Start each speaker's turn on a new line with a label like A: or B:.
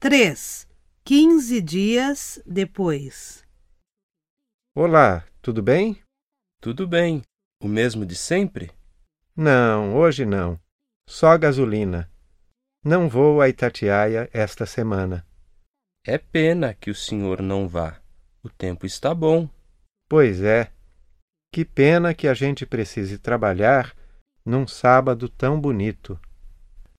A: 3. 15 dias depois.
B: Olá, tudo bem?
C: Tudo bem. O mesmo de sempre?
B: Não, hoje não. Só gasolina. Não vou a Itatiaia esta semana.
C: É pena que o senhor não vá. O tempo está bom.
B: Pois é. Que pena que a gente precise trabalhar num sábado tão bonito.